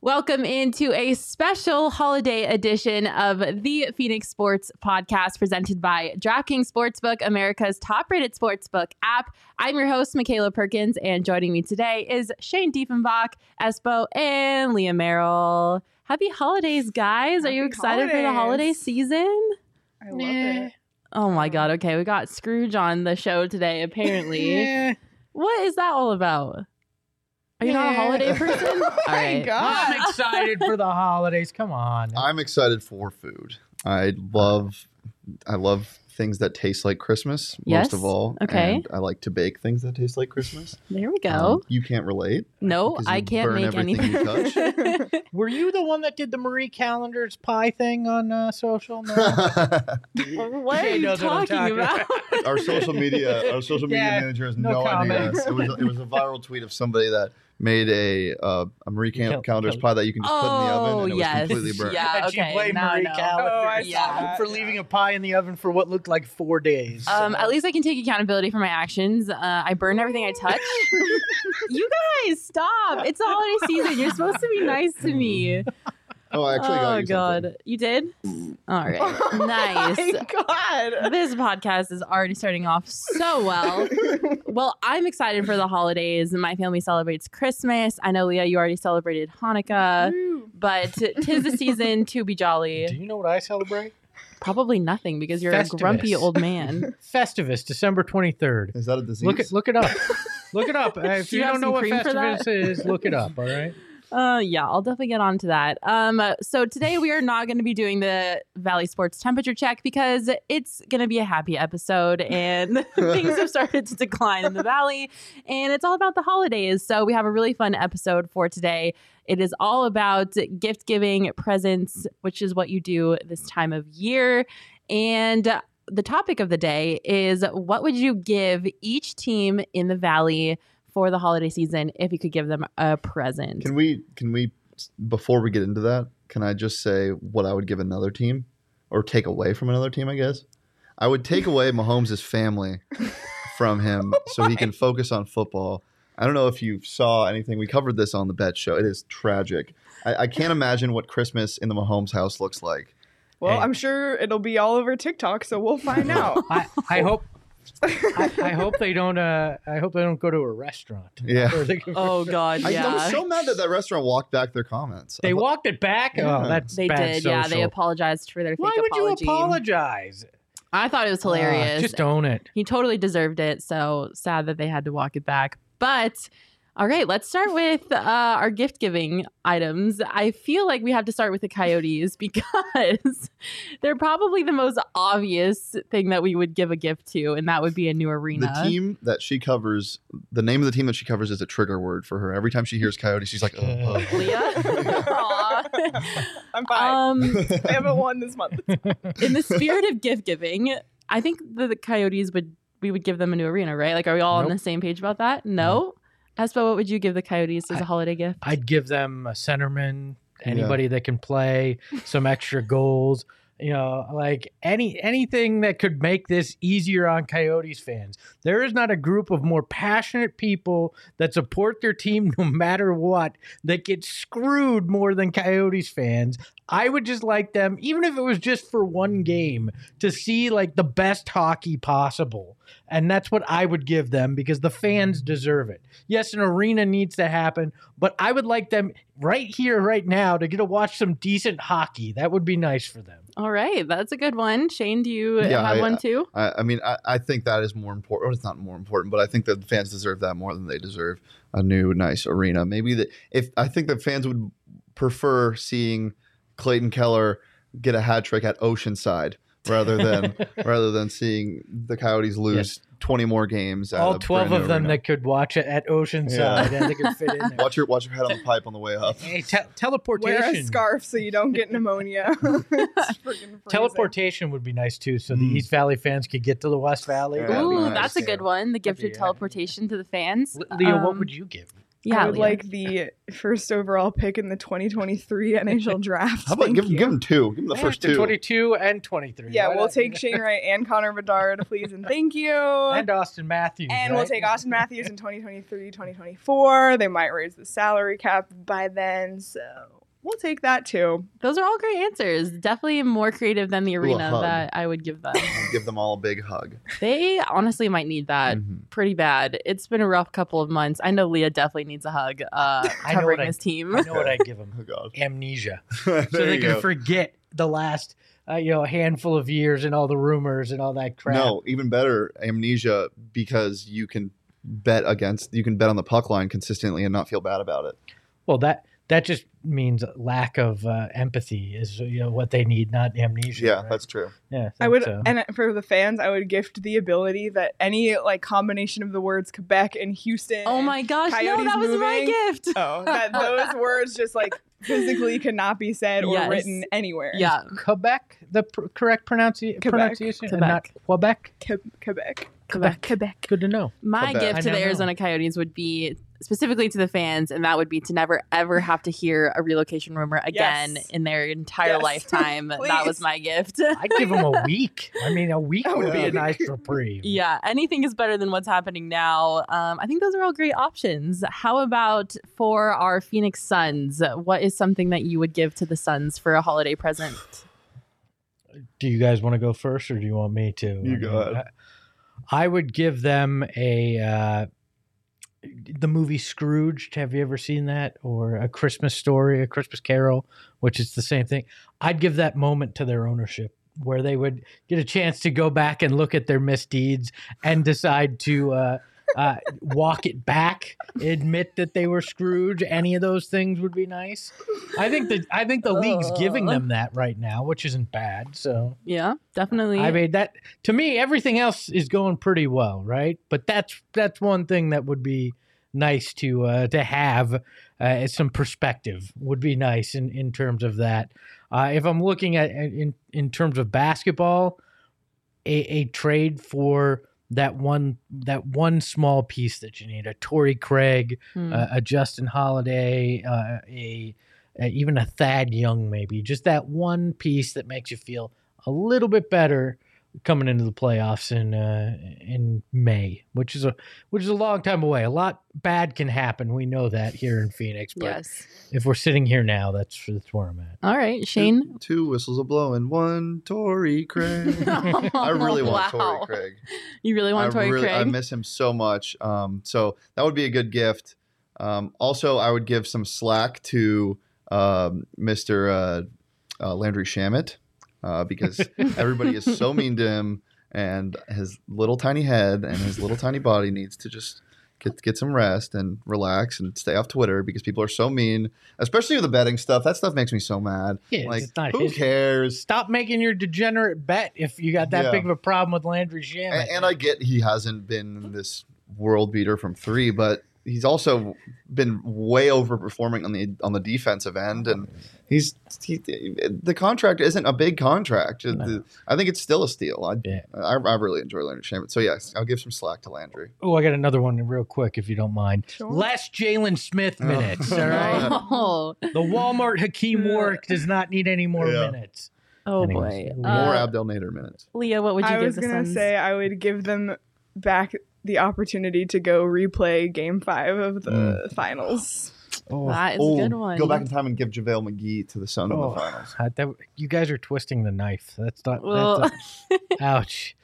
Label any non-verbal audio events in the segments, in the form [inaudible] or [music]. Welcome into a special holiday edition of the Phoenix Sports Podcast presented by DraftKings Sportsbook, America's top rated sportsbook app. I'm your host, Michaela Perkins, and joining me today is Shane Diefenbach, Espo, and Leah Merrill. Happy holidays, guys. Are you Happy excited for the holiday holidays. season? I love it. Oh my God. Okay. We got Scrooge on the show today, [laughs] apparently. [laughs] what is that all about? Are you not a Yeah. holiday person? [laughs] oh my Alright. god. I'm excited for the holidays. Come on. Uh, I'm excited for food. I love I love things that taste like Christmas Yes? most of all. Okay. And I like to bake things that taste like Christmas. There we go. Um, you can't relate. No, Because I you can't burn make everything anything. you touch. [laughs] Were you the one that did the Marie Callender's pie thing on uh, social? [laughs] No. what are Jay you knows what I'm talking talking about? [laughs] our social media our social media Yeah, manager has no no, idea. comment. It was it was a viral tweet of somebody that made a uh, a Marie Cal- Cal- Callender's Cal- pie that you can just put in the oven and Oh, it yes. was completely burnt. Yeah. That okay, you blame no, Marie no. Callender Oh, I saw that, for yeah. leaving a pie in the oven for what looked like four days. Um, at least I can take accountability for my actions. Uh, I burn everything I [laughs] touch. you guys, stop! It's the holiday season. You're supposed to be nice to me. Oh, I actually got oh you God, something. Mm. you did? All [laughs] right, nice. god. This podcast is already starting off so [laughs] well. well, I'm excited for the holidays. My family celebrates Christmas. I know, Leah, you already celebrated Hanukkah, but tis the season to be jolly. Do you know what I celebrate? Probably nothing because you're a grumpy Festivus. old [laughs] man. Festivus, December 23rd. Is that a disease? Look it, look [laughs] it up. Look it up. Uh, if Do you, you have don't know some what cream for Festivus that? is, look it up. [laughs] All right. uh, yeah, I'll definitely get on to that. Um, uh, so today we are not going to be doing the Valley Sports temperature check because it's going to be a happy episode and things have started to decline in the Valley and it's all about the holidays. So we have a really fun episode for today. It is all about gift giving, presents, which is what you do this time of year. And uh, the topic of the day is what would you give each team in the Valley for the holiday season if you could give them a present? Can we can we before we get into that, can I just say what I would give another team or take away from another team, I guess? I would take away Mahomes' family from him so he can focus on football. I don't know if you saw anything. We covered this on the bet show. It is tragic. I, I can't imagine what Christmas in the Mahomes house looks like. [laughs] Well, Hey. I'm sure it'll be all over TikTok, so we'll [laughs] find out. I, I hope. I, I hope they don't. Uh, I hope they don't go to a restaurant. Yeah. Or they go- [laughs] Oh God, I, I was yeah. so mad that that restaurant walked back their comments. I They thought- walked it back. Yeah. Oh, that's They bad did, yeah. They social. apologized for their fake Why would apology. you apologize? I thought it was hilarious. Ah, just own it. he totally deserved it. So sad that they had to walk it back. But all right, let's start with uh, our gift giving items. I feel like we have to start with the coyotes [laughs] because they're probably the most obvious thing that we would give a gift to, and that would be a new arena. The team that she covers, the name of the team that she covers is a trigger word for her. Every time she hears coyote, she's like, "Ugh, ugh." Leah? Aw. I'm fine. um, I haven't won this month. in the spirit of gift giving, I think the, the coyotes would we would give them a new arena, right? Like, are we all on Nope. the same page about that? No. Espo, what would you give the coyotes as a holiday gift? I'd give them a centerman, Yeah. anybody that can play, some extra goals. You know, like any anything that could make this easier on Coyotes fans. There is not a group of more passionate people that support their team [laughs] no matter what that get screwed more than Coyotes fans. I would just like them, even if it was just for one game, to see like the best hockey possible. And that's what I would give them because the fans deserve it. Yes, an arena needs to happen, but I would like them right here, right now, to get to watch some decent hockey. That would be nice for them. All right, that's a good one. Shane, do you Yeah, have I- uh, one too? I, I mean, I, I think that is more important. Or it's not more important, but I think that the fans deserve that more than they deserve a new nice arena. Maybe that if I think that fans would prefer seeing Clayton Keller get a hat trick at Oceanside [laughs] rather than rather than seeing the Coyotes lose Yes. twenty more games. At All a 12 brand of new them arena. that could watch it at Oceanside and they could fit in there. watch your watch your head on the pipe on the way up. Hey, te- Wear a teleportation. scarf so you don't get pneumonia. [laughs] It's freaking freezing. Teleportation would be nice too, so the Mm. East Valley fans could get to the West Valley. Yeah, that'd be Ooh, nice. that's a good one. The gift be- of teleportation to the fans. Leo, what Um, would you give? Yeah, I would Leah. like the first overall pick in the [laughs] 2023 NHL draft. How about Thank give, you. give him two? Give him the first two. 22 and 23. Yeah, Why we'll not? take Shane Wright and Connor Bedard, please, and thank you. and And, Austin Matthews. we'll right? take Austin Matthews in 2023, 2024. They might raise the salary cap by then, so we'll take that too. Those are all great answers. Definitely more creative than the Ooh, a arena hug. that I would give them. I'll give them all a big hug. they honestly might need that Mhm. pretty bad. It's been a rough couple of months. I know Leah definitely needs a hug uh, [laughs] I know covering what I- this team. [laughs] I know [laughs] what I give them. Oh God. Amnesia. [laughs] there [laughs] so they you can go. forget the last uh, you know handful of years and all the rumors and all that crap. No, even better, amnesia because you can bet against you can bet on the puck line consistently and not feel bad about it. Well, that that just means lack of uh, empathy is you know what they need, not amnesia. Yeah, right? that's true. yeah. I would, so. um, and for the fans, I would gift the ability that any like combination of the words Quebec and Houston. oh my gosh, no, Coyotes that was my moving. [laughs] gift. Oh, that those words [laughs] just like physically cannot be said or Yes. written anywhere. Yeah, Quebec, the pr- correct pronunci- Quebec. pronunciation, and not Quebec. Que- Quebec. Quebec. Quebec. Good to know. My Quebec. gift I to don't the know. Arizona Coyotes would be specifically to the fans, and that would be to never [laughs] ever have to hear a relocation rumor again Yes. in their entire [laughs] Yes. lifetime. that was Please. my gift. [laughs] I'd give them [laughs] a week. I mean, a week A would be a week. nice reprieve. yeah, anything is better than what's happening now. Um, I think those are all great options. How about for our Phoenix Suns? What is something that you would give to the Suns for a holiday [sighs] present? Do you guys want to go first, or do you want me to? You go I mean, ahead. I, I would give them a uh, the movie Scrooged. Have you ever seen that? Or a Christmas Story, a Christmas Carol, which is the same thing. I'd give that moment to their ownership, where they would get a chance to go back and look at their misdeeds and decide to. Uh, uh, walk it back, admit that they were Scrooge. Any of those things would be nice. I think the I think the league's giving them that right now, which isn't bad. So Yeah, definitely. I mean that to me, everything else is going pretty well, right? But that's that's one thing that would be nice to uh, to have uh, as some perspective would be nice in in terms of that. Uh, if I'm looking at in in terms of basketball, a, a trade for that one that one small piece that you need a Torrey Craig, Hmm. a, a Justin Holiday, uh, a, a even a Thad Young, maybe just that one piece that makes you feel a little bit better coming into the playoffs in uh, in May, which is a which is a long time away. A lot bad can happen. We know that here in Phoenix, but yes. if we're sitting here now, that's that's where I'm at. All right, Shane. Two, two whistles a blow and one [laughs] Tory Craig. [laughs] I really want Tory Wow. Craig. You really want I Tory really, Craig? [laughs] I miss him so much. Um, so that would be a good gift. Um, also, I would give some slack to um, Mr. Uh, uh, Landry Shamit uh, because everybody is so mean to him, and his little tiny head and his little tiny body needs to just get get some rest and relax and stay off Twitter because people are so mean, especially with the betting stuff. That stuff makes me so mad. Yeah, like, it's not who his. cares? Stop making your degenerate bet if you got that Yeah. big of a problem with Landry Shamet. and, and I get he hasn't been this world beater from three, but he's also been way overperforming on the on the defensive end, and he's he, the contract isn't a big contract. No. The- I think it's still a steal. I, Yeah. I, I really enjoy Leonard Shaman, so yes, I'll give some slack to Landry. oh, I got another one real quick if you don't mind. Sure. Less Jalen Smith Oh. minutes. All right. Oh, The Walmart Hakeem Warwick does not need any more Yeah. minutes. oh boy. Anyways, More Uh, Abdel Nader minutes. Leah, what would you I give was the gonna Suns? say I would give them back the opportunity to go replay Game Five of the Mm. finals. Oh, that is Oh, a good one. Go back in time and give JaVale McGee to the Sun in Oh. the finals. God, that- you guys are twisting the knife. That's not. Well- That's a- ouch.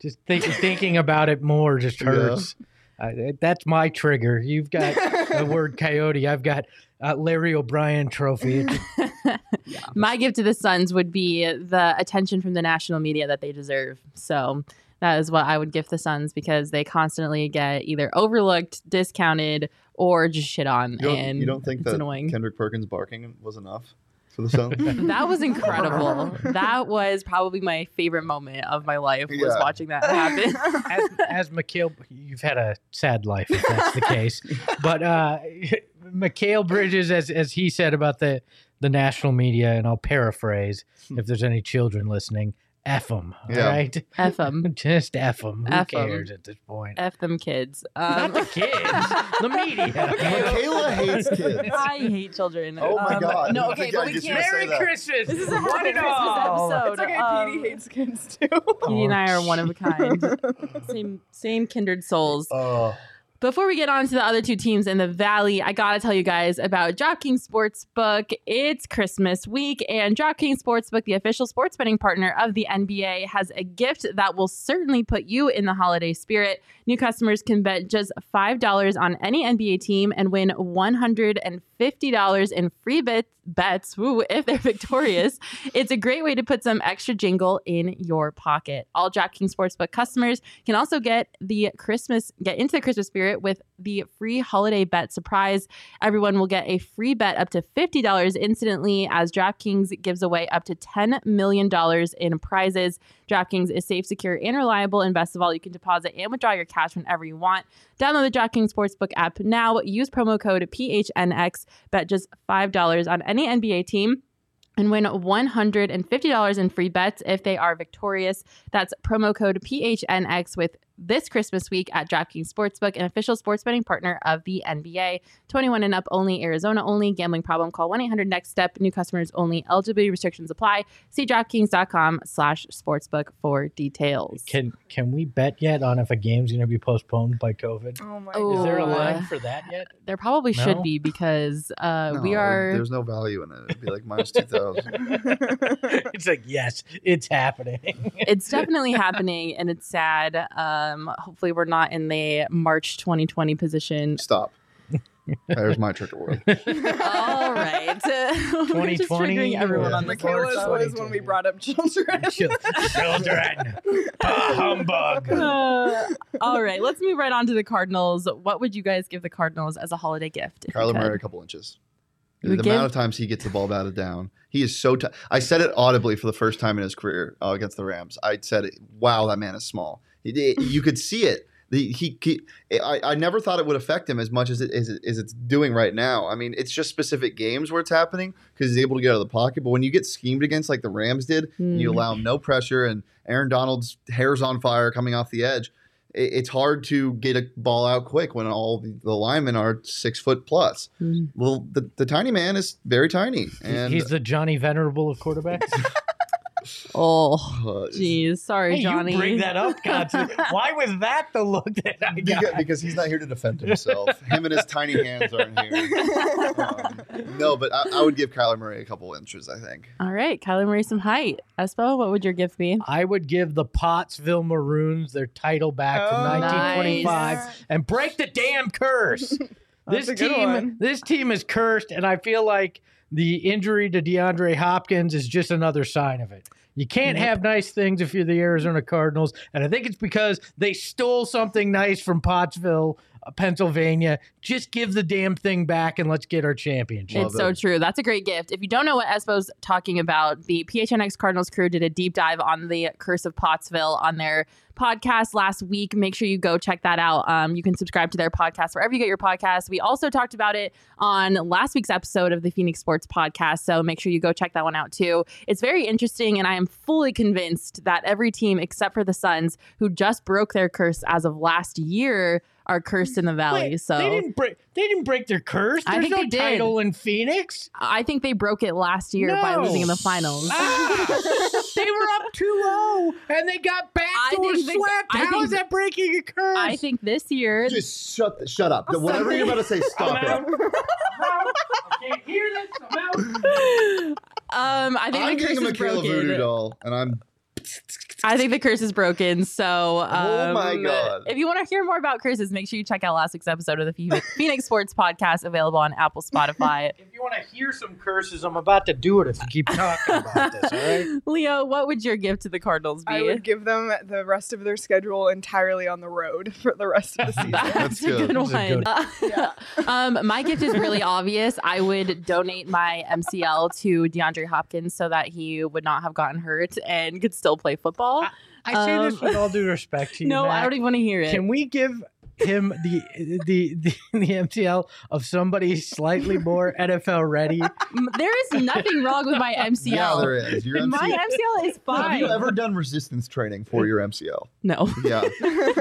Just think, thinking about it more just Yeah. hurts. Uh, that's my trigger. You've got the word coyote. I've got uh, Larry O'Brien trophy. It just- My gift to the Suns would be the attention from the national media that they deserve. So that is what I would gift the Suns because they constantly get either overlooked, discounted, or just shit on. You don't, and you don't think it's that annoying. Kendrick Perkins barking was enough for the [laughs] Sun? that was [laughs] incredible. that was probably my favorite moment of my life was Yeah. watching that [laughs] happen. as as Mikhail, you've had a sad life if that's the [laughs] case. But uh, Mikhail Bridges, as as he said about the the national media, and I'll paraphrase if there's any children listening. F them. Hmm. Yeah. All right. [laughs] F them. Just F them. Who F 'em. cares at this point? [laughs] F them kids. Not Um, the kids, [laughs] the media. Michaela hates kids. [laughs] I hate children. Oh my Um, God. No, I okay, think I but we get you can't. to Merry say that. Christmas. This is a One happy and Christmas all. episode. It's okay. Um, Petey hates kids too. [laughs] Petey and I Oh, are one of a kind. [laughs] same, same kindred souls. Oh, Before we get on to the other two teams in the Valley, I gotta tell you guys about DraftKings Sportsbook. It's Christmas week, and DraftKings Sportsbook, the official sports betting partner of the NBA, has a gift that will certainly put you in the holiday spirit. New customers can bet just $5 on any NBA team and win $150 in free bet- bets woo, if they're [laughs] victorious. It's a great way to put some extra jingle in your pocket. All DraftKings Sportsbook customers can also get the Christmas get into the Christmas spirit with the free holiday bet surprise. Everyone will get a free bet up to $50 instantly as DraftKings gives away up to $10 million in prizes. DraftKings is safe, secure, and reliable. And best of all, you can deposit and withdraw your cash whenever you want. Download the DraftKings Sportsbook app now. Use promo code PHNX. Bet just $5 on any NBA team and win $150 in free bets if they are victorious. That's promo code PHNX with this Christmas week at DraftKings Sportsbook, an official sports betting partner of the NBA. 21 and up only, Arizona only. Gambling problem? Call 1-800-NEXT-STEP. New customers only. Eligibility restrictions apply. See DraftKings.com slash sportsbook for details. Can can we bet yet on if a game's going to be postponed by COVID? Oh my Oh. Is there a Ooh. [laughs] [laughs] line for that yet? [laughs] there probably No? should be because uh, we no, are... There's no value in it. It'd be like minus [laughs] two thousand. it's like yes, it's happening. [laughs] It's definitely happening, and it's sad. Um, hopefully, we're not in the March 2020 position Stop. There's my trick of the word. All right. [laughs] We're just 2020 triggering everyone Yeah. on this Michaela's March. was when we brought [laughs] up children. Chil- [laughs] Children, bah, humbug. Uh, [laughs] all right, let's move right on to the Cardinals. What would you guys give the Cardinals as a holiday gift? [laughs] if you Kyler could? Murray a couple inches. You the would amount give- of times he gets the ball batted down, he is so. T- I said it audibly for the first time in his career uh, against the Rams. I said, it, "Wow, that man is small." He did- you could see it. The, he, he I, I never thought it would affect him as much as it, as it as it's doing right now. I mean, it's just specific games where it's happening because he's able to get out of the pocket. But when you get schemed against like the Rams did, and you Mm. allow no pressure, and Aaron Donald's hair's on fire coming off the edge. It, it's hard to get a ball out quick when all the, the linemen are six foot plus. Mm. Well, the, the tiny man is very tiny, and He's the Johnny Venerable of quarterbacks. Oh, [laughs] [laughs] uh, jeez. Sorry, Hey, Johnny. you bring that up, Katsu. Why was that the look that I got? beca- because he's not here to defend himself. Him and his tiny hands aren't here. [laughs] Um, no, but I, I would give Kyler Murray a couple inches. I think. [laughs] All right, Kyler Murray, some height. Espo, what would your gift be? I would give the Pottsville Maroons their title back from Oh, 1925 and break the damn curse. That's this a good team, one. this team is cursed, and I feel like the injury to DeAndre Hopkins is just another sign of it. You can't Yep. have nice things if you're the Arizona Cardinals, and I think it's because they stole something nice from Pottsville, uh, Pennsylvania. Just give the damn thing back, and let's get our championship. Love It's so it. true. That's a great gift. If you don't know what Espo's talking about, the PHNX Cardinals crew did a deep dive on the Curse of Pottsville on their podcast last week. Make sure you go check that out. Um, you can subscribe to their podcast wherever you get your podcast. We also talked about it on last week's episode of the Phoenix Sports Podcast, so make sure you go check that one out too. It's very interesting, and I am fully convinced that every team except for the Suns, who just broke their curse as of last year, are cursed in the valley. Wait, so they didn't break. They didn't break their curse. I There's think no they did. title in Phoenix. [laughs] I think they broke it last year by No. losing in the finals. Ah! they were up 2-0 and they got back I to a think they- slapped. I How think- is that breaking a curse? I think this year. Just shut the, shut up. Whatever you're about [laughs] to say, stop it. can't hear this. Um, I think I'm the giving curse him a is Kayla broken. voodoo doll, and I'm I think the curse is broken. So, Oh my um, God. If you want to hear more about curses, make sure you check out last week's episode of the Phoe- Phoenix Sports Podcast, available on Apple, Spotify. If you want to hear some curses, I'm about to do it if you keep talking about this, all right? Leo, what would your gift to the Cardinals be? I would give them the rest of their schedule entirely on the road [laughs] for the rest of [laughs] the [laughs] [laughs] season. That's, [laughs] That's a good, good. one. That's a good yeah. [laughs] um, my gift is really obvious. I would donate my MCL to DeAndre Hopkins so that he would not have gotten hurt and could still play football. I say this Um, with all due respect to you. no, I Mac. don't even want to hear it. Can we give him the the the, the MTL of somebody slightly more NFL ready. M- There is nothing wrong with [laughs] my MCL. Yeah, there is. Your My MCL. MCL is Have fine. you ever done resistance training for your [laughs] MCL? no. [laughs] Yeah,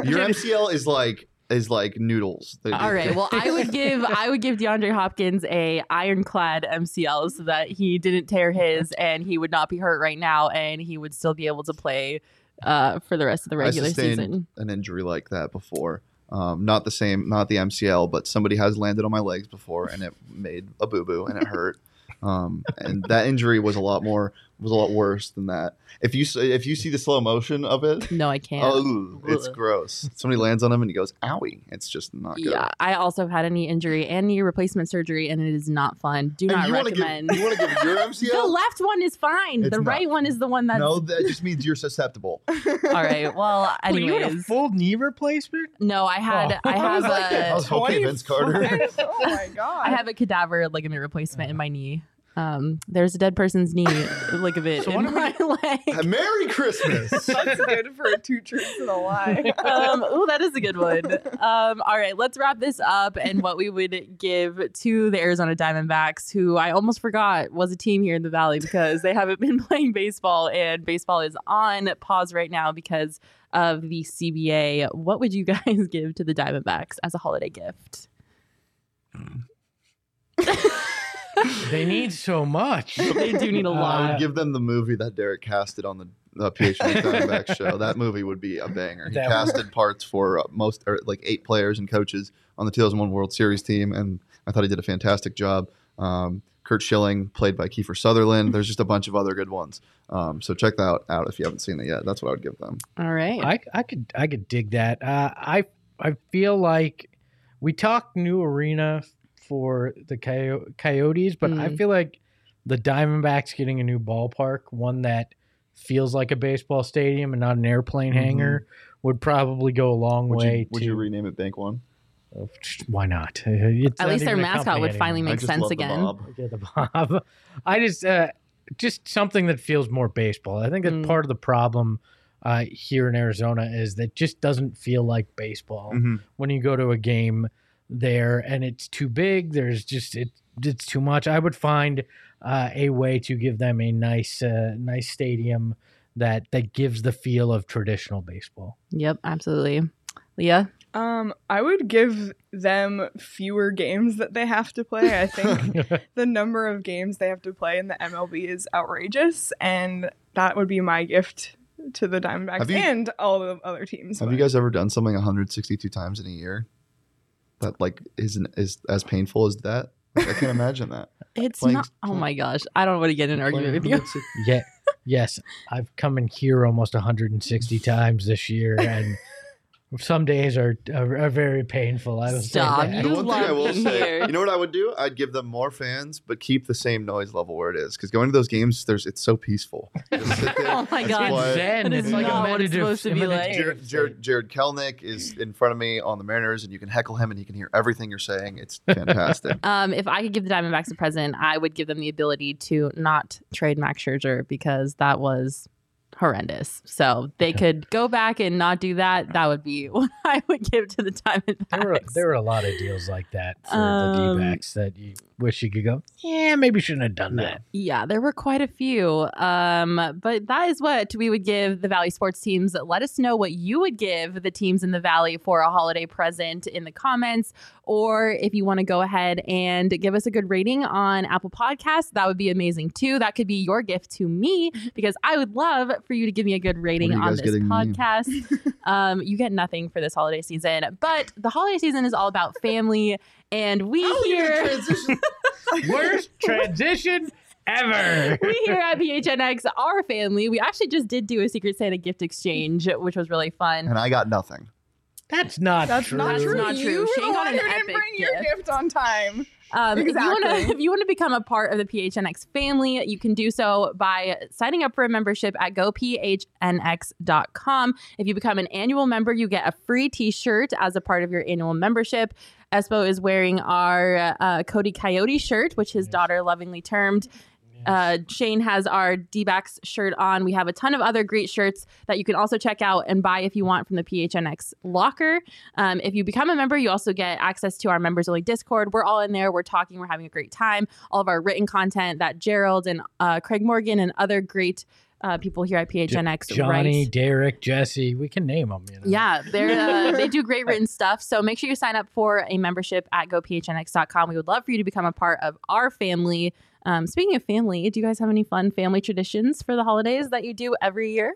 your MCL is like is like noodles. They- All right. Well, I would give I would give DeAndre Hopkins a ironclad MCL so that he didn't tear his and he would not be hurt right now and he would still be able to play uh, for the rest of the I regular sustained season. an injury like that before. Um, not the same, not the MCL, but somebody has landed on my legs before, and it made a boo boo, and it hurt. Um, and that injury was a lot more, was a lot worse than that. If you s- if you see the slow motion of it, No, I can't. oh, it's Ugh. gross. Somebody lands on him, and he goes, "Owie!" It's just not good. yeah, I also have had a knee injury and knee replacement surgery, and it is not fun. Do And not you wanna give- recommend. you want to [laughs] give your the MCL? left one is fine. It's the not. right one is the one that's no, that just means [laughs] you're susceptible. [laughs] all right. Well, Were you had a anyways, full knee replacement? no, I had Oh. I I have was like, a I was hoping Vince Carter. [laughs] oh my god! I have a cadaver ligament replacement in my knee. Um, there's a dead person's knee [laughs] ligament So why in my [laughs] leg. Merry Christmas. That's good for two truths and a [laughs] lie. Um, oh, that is a good one. Um, all right, let's wrap this up and what we would give to the Arizona Diamondbacks, who I almost forgot was a team here in the Valley because they haven't been [laughs] playing baseball and baseball is on pause right now because of the CBA. What would you [laughs] guys give to the Diamondbacks as a holiday gift? They need so much. They do need a Uh, lot. I would give them the movie that Derek casted on the uh, [laughs] PhD Diamondback show. That movie would be a banger. He That would- casted parts for uh, most, or like eight players and coaches on the 2001 World Series team, and I thought he did a fantastic job. Um, Kurt Schilling, played by Kiefer Sutherland. There's just a bunch of other good ones. Um, so check that out if you haven't seen it yet. That's what I would give them. All right. I, I could I could dig that. Uh, I I feel like we talked new arena for the coyo- Coyotes, but I Mm. feel like the Diamondbacks getting a new ballpark, one that feels like a baseball stadium and not an airplane Mhm. Mm-hmm. hangar, would probably go a long Would way. you, would to, Oh, you rename it Bank One? Why not? [laughs] It's At not least their even a mascot company would finally anymore. I make just sense love the again. Bob. Yeah, the Bob. [laughs] I just uh, just something that feels more baseball. I think that Mm. part of the problem uh, here in Arizona is that it just doesn't feel like baseball Mhm. when you go to a game there, and it's too big. There's just it it's too much. I would find uh, a way to give them a nice uh, nice stadium that that gives the feel of traditional baseball. [laughs] Yep, absolutely. Leah, Um, I would give them fewer games that they have to play. [laughs] I think the number of games they have to play in the MLB is outrageous, and that would be my gift to the Diamondbacks Have you- and all the other teams. Have you guys ever done something 162 times in a year? That like isn't is as painful as that. Like, I can't imagine that. it's Playing- not. Oh my gosh, I don't want to get in an argument with you. [laughs] Yeah. Yes. I've come in here [laughs] almost 160 times this year, and some days are are, are very painful. I will say Stop. that. The You one thing I love will being say, here. you know what I would do? I'd give them more fans, but keep the same noise level where it is. Because going to those games, there's it's so [laughs] peaceful. Just sit there. Oh my It's God. quiet. That is It's like not a what it's meditative, supposed to be like. Jared, meditative Jared, Jared Kelnick is in front of me on the Mariners, and you can heckle him, and he can hear everything you're saying. [laughs] It's fantastic. Um, if I could give the Diamondbacks a present, I would give them the ability to not trade Max Scherzer because that was horrendous. So they could go back and not do that. That would be [laughs] what I would give to the There were, Diamondbacks. there were a lot of deals like that for Um, the D-backs that you wish you could go, yeah, maybe shouldn't have done that. yeah, there were quite a few. Um, but that is what we would give the Valley sports teams. Let us know what you would give the teams in the Valley for a holiday present in the comments, or if you want to go ahead and give us a good rating on Apple Podcasts, that would be amazing too. That could be your gift to me because I would love for you to give me a good rating What are you on guys this getting me? podcast. um, you get nothing for this holiday season, but the holiday season is all about family, and we here. [laughs] Worst transition ever. we here at PHNX are family. We actually just did do a Secret Santa gift exchange, which was really fun. and I got nothing. That's not That's true. not true. That's not true. You were Shane the got one an who didn't epic bring your gift. gift on time. Um, If you want Exactly. to, [laughs] if you want to become a part of the PHNX family, you can do so by signing up for a membership at gophnx.com. If you become an annual member, you get a free T-shirt as a part of your annual membership. Espo is wearing our uh, Cody Coyote shirt, which his Yes. daughter lovingly termed. Uh, Shane has our D backs shirt on. We have a ton of other great shirts that you can also check out and buy if you want from the PHNX locker. Um, if you become a member, you also get access to our members only Discord. We're all in there. We're talking. We're having a great time. All of our written content that Gerald and uh, Craig Morgan and other great uh, people here at PHNX Johnny, write. Derek, Jesse. We can name them. You know? Yeah, they're, uh, they do great written stuff. So make sure you sign up for a membership at gophnx.com. We would love for you to become a part of our family. Um, speaking of family, do you guys have any fun family traditions for the holidays that you do every year?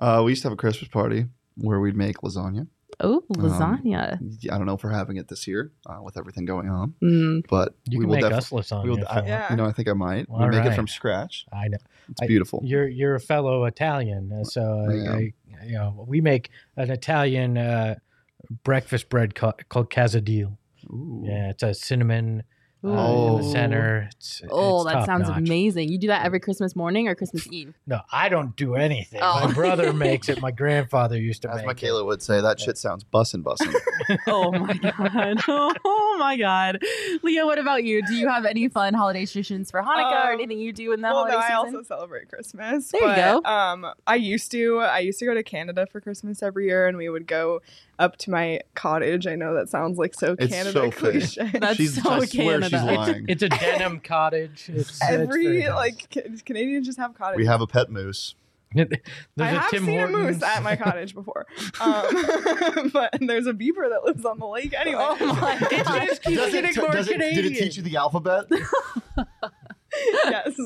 Uh, we used to have a Christmas party where we'd make lasagna. Oh, lasagna. I don't know if we're having it this year uh, with everything going on, Mm. but You we can will make definitely. us lasagna. we will, if I, you Yeah. want. You know, I think I might. All We make it right. from scratch. I know. It's I- beautiful. You're you're a fellow Italian, uh, so I, I I, you know we make an Italian uh, breakfast bread ca- called casadille. Ooh. Yeah, it's a cinnamon uh, in Oh. the center. It's, Oh, it's that sounds top-notch. amazing. You do that every Christmas morning or Christmas Eve? No, I don't do anything. Oh. My brother makes it. My grandfather used to As make Michaela would say, that shit sounds bussin' bussin'. oh my [laughs] god. Oh my god. Leah, what about you? Do you have any fun holiday traditions for Hanukkah or Um, anything you do in the well, holiday no, I season? also celebrate Christmas. There you but, Um, I used to. I used to go to Canada for Christmas every year, and we would go up to my cottage. I know that sounds like so It's Canada so fake. cliche. [laughs] That's she's, so I swear she's Canada. lying. it. It's a denim cottage. It's it's very [laughs] Every nice. like ca- Canadians just have cottages. we have a pet moose. [laughs] There's I a have Tim seen a moose Hortons. at my cottage [laughs] before, um, [laughs] but there's a beaver that lives on the lake anyway. Oh my [laughs] It god. just keeps Does it getting t- more does it- Canadian. did it teach you the alphabet? [laughs] yes.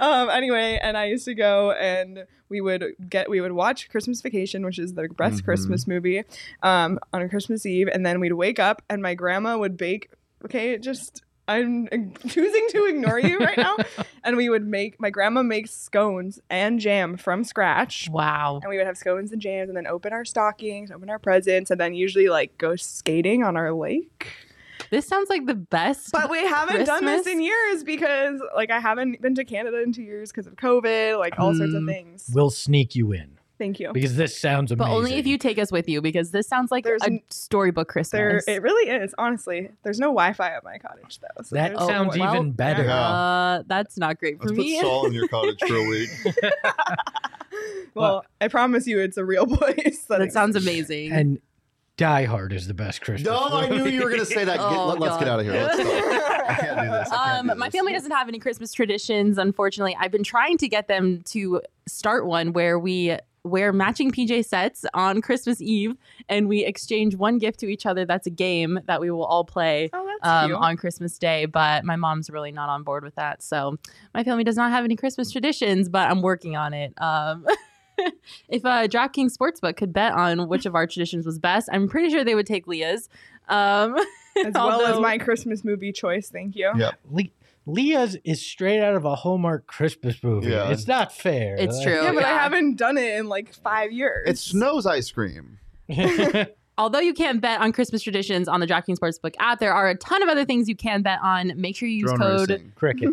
um, anyway, and I used to go and we would get we would watch Christmas Vacation, which is the best Mhm. Christmas movie, um, on Christmas Eve, and then we'd wake up and my grandma would bake. Okay, just I'm choosing to ignore you right now. and we would make my grandma makes scones and jam from scratch. Wow. And we would have scones and jams, and then open our stockings, open our presents, and then usually like go skating on our lake. This sounds like the best. But we haven't done this Christmas? in years because, like, I haven't been to Canada in two years because of COVID, like all sorts of Mm. things. We'll sneak you in Thank you. because this sounds but amazing. only if you take us with you because this sounds like There's a n- storybook There, Christmas. it really is. Honestly, there's no Wi-Fi at my cottage though. So That there's no sounds way. well, even better. yeah. uh, that's not great for Let's me. put Saul in your cottage for a [laughs] week. Well, I promise you, it's a real [laughs] place. That [laughs] sounds exists. amazing. And Die Hard is the best Christmas. no, I knew you were going to say that. [laughs] Get, Oh, let, us God. get out of here. [laughs] Let's stop. I can't do this. I can't Um, do my this. family doesn't have any Christmas traditions, unfortunately. I've been trying to get them to start one where we wear matching PJ sets on Christmas Eve and we exchange one gift to each other. That's a game that we will all play Oh, that's um, cute. on Christmas Day, but my mom's really not on board with that. So my family does not have any Christmas traditions, but I'm working on it. Um, [laughs] if uh, DraftKings Sportsbook could bet on which of our traditions was best, I'm pretty sure they would take Leah's. Um, [laughs] as well as although- my Christmas movie choice. Thank you. Yeah. Le- Leah's is straight out of a Hallmark Christmas movie. Yeah. It's not fair. It's true. Yeah, but I Yeah. haven't done it in like five years. It snows ice cream. true. although you can't bet on Christmas traditions on the DraftKings Sportsbook app, there are a ton of other things you can bet on. Make sure you use Drone code. racing. [laughs] [laughs] Cricket.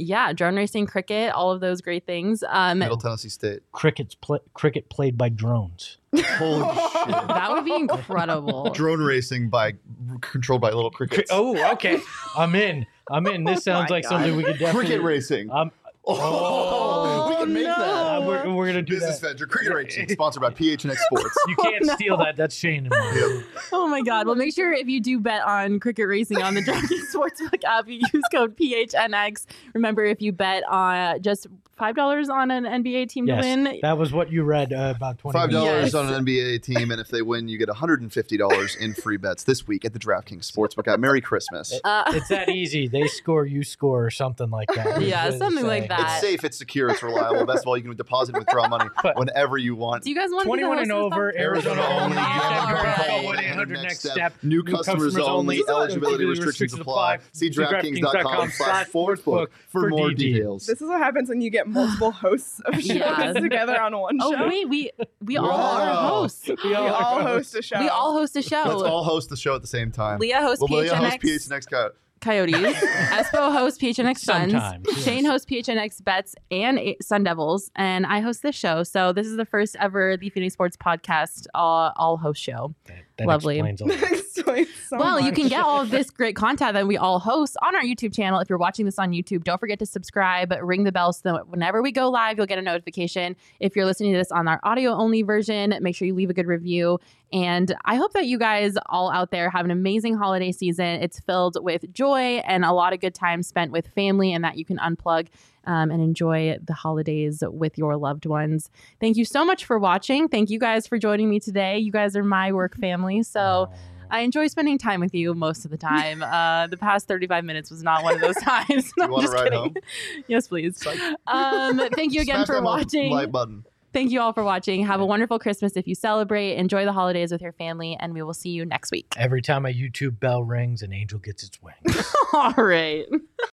Yeah, drone racing, cricket, all of those great things. Um, Middle Tennessee State. Cricket's pla cricket played by drones. [laughs] Holy shit. that would be incredible. Drone racing by controlled by little Cri- crickets. oh, okay. I'm in. I'm in. [laughs] Oh This sounds my like God. something we could definitely. cricket racing. Um, oh, we can make that. uh, we're, we're gonna do Business that. venture, cricket racing, sponsored by PHNX Sports. You can't [laughs] steal that. That's Shane and mine. Oh my God. Well, make sure if you do bet on cricket racing on the DraftKings [laughs] Sportsbook app, you use code PHNX. Remember, if you bet on just $5 on an NBA team Yes. to win, That was what you read uh, about twenty. Five minutes ago. dollars Yes. on an NBA team, and if they win, you get hundred and fifty dollars in free bets this week at the DraftKings Sportsbook app. Merry Christmas! uh, [laughs] It's that easy. They score, you score, or something like that. Yeah, It's- something like it's, uh, that. It's safe, it's secure, it's reliable. Best of all, you can deposit and withdraw [laughs] money But- whenever you want. do you guys want to be the 21 and host of this over, podcast? Arizona All only. You said right. Coca-Cola would And 100 next step. New, customers, only. Eligibility restrictions apply. See DraftKings.com slash sportsbook for for more DD. details. This is what happens when you [sighs] get multiple hosts of shows [laughs] Yeah. together on one show. Oh, wait, we, we all are Wow. hosts. We We all host a show. We all host a show. Let's all host the show at the same time. Leah hosts Well, Leah hosts PHNX PHNX. Co- Coyotes. Espo hosts PHNX Suns. Sometimes, yes. Shane hosts PHNX Bets and A- Sun Devils. And I host this show. So this is the first ever The Phoenix Sports Podcast all, all host show. That, that Lovely. explains a lot. [laughs] Explains enjoyed so well, you much. can get all of this great content that we all host on our YouTube channel. If you're watching this on YouTube, don't forget to subscribe, ring the bell so that whenever we go live, you'll get a notification. If you're listening to this on our audio only version, make sure you leave a good review. And I hope that you guys all out there have an amazing holiday season. It's filled with joy and a lot of good time spent with family, and that you can unplug um, and enjoy the holidays with your loved ones. Thank you so much for watching. Thank you guys for joining me today. You guys are my work family. [laughs] So. I enjoy spending time with you most of the [laughs] time. Uh, the past 35 minutes was not one [laughs] of those times. No, you I'm want to just ride kidding. home? [laughs] Yes, please. Psych. Um, thank [laughs] you again Smash for that little watching. Like button. Thank you all for watching. Have a wonderful Christmas if you celebrate. Enjoy the holidays with your family, and we will see you next week. Every time a YouTube bell rings, an angel gets its wings. [laughs] all right.